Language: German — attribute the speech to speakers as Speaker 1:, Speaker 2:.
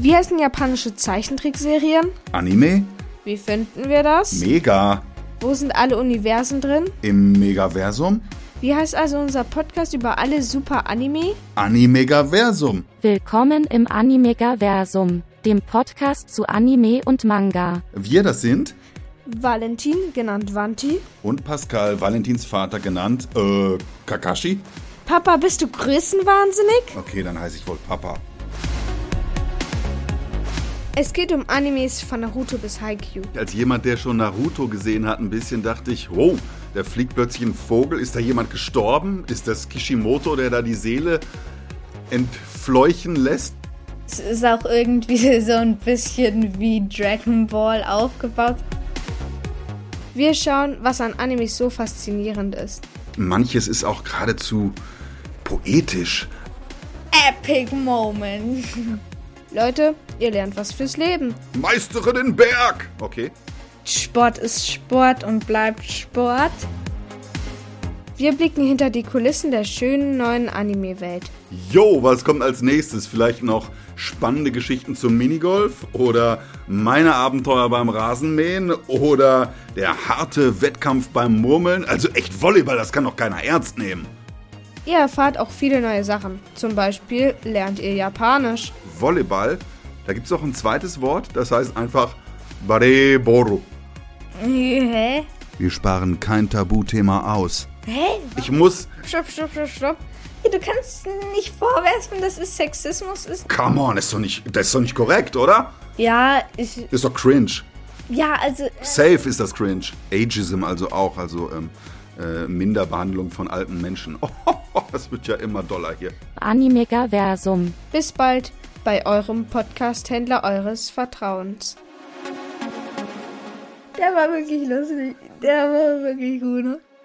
Speaker 1: Wie heißen japanische Zeichentrickserien?
Speaker 2: Anime?
Speaker 1: Wie finden wir das?
Speaker 2: Mega.
Speaker 1: Wo sind alle Universen drin?
Speaker 2: Im Megaversum?
Speaker 1: Wie heißt also unser Podcast über alle Super Anime?
Speaker 2: Animegaversum.
Speaker 3: Willkommen im Animegaversum, dem Podcast zu Anime und Manga.
Speaker 2: Wir das sind
Speaker 1: Valentin, genannt Vanti.
Speaker 2: und Pascal, Valentins Vater genannt, äh, Kakashi?
Speaker 1: Papa, bist du größenwahnsinnig?
Speaker 2: Okay, dann heiße ich wohl Papa.
Speaker 1: Es geht um Animes von Naruto bis Haikyuu.
Speaker 2: Als jemand, der schon Naruto gesehen hat, ein bisschen dachte ich, wow, da fliegt plötzlich ein Vogel. Ist da jemand gestorben? Ist das Kishimoto, der da die Seele entfleuchen lässt?
Speaker 4: Es ist auch irgendwie so ein bisschen wie Dragon Ball aufgebaut.
Speaker 1: Wir schauen, was an Animes so faszinierend ist.
Speaker 2: Manches ist auch geradezu poetisch.
Speaker 4: Epic Moment.
Speaker 1: Leute, ihr lernt was fürs Leben.
Speaker 2: Meistere den Berg! Okay.
Speaker 4: Sport ist Sport und bleibt Sport.
Speaker 1: Wir blicken hinter die Kulissen der schönen neuen Anime-Welt.
Speaker 2: Yo, was kommt als nächstes? Vielleicht noch spannende Geschichten zum Minigolf oder meine Abenteuer beim Rasenmähen oder der harte Wettkampf beim Murmeln. Also echt Volleyball, das kann doch keiner ernst nehmen.
Speaker 1: Ihr erfahrt auch viele neue Sachen. Zum Beispiel lernt ihr Japanisch.
Speaker 2: Volleyball, da gibt es auch ein zweites Wort, das heißt einfach Bareboru.
Speaker 4: Hä?
Speaker 2: Wir sparen kein Tabuthema aus.
Speaker 4: Hä?
Speaker 2: Ich muss.
Speaker 4: Stopp, stopp, stopp, stopp. Du kannst nicht vorwerfen, dass es Sexismus ist.
Speaker 2: Come on, ist doch nicht, das ist doch nicht korrekt, oder?
Speaker 4: Ja, ich.
Speaker 2: Ist doch cringe.
Speaker 4: Ja, also.
Speaker 2: Safe ist das cringe. Ageism also auch, also ähm, äh, Minderbehandlung von alten Menschen. Oh, das wird ja immer doller hier.
Speaker 3: Animegaversum.
Speaker 1: Bis bald bei eurem Podcast-Händler eures Vertrauens.
Speaker 4: Der war wirklich lustig. Der war wirklich gut, ne?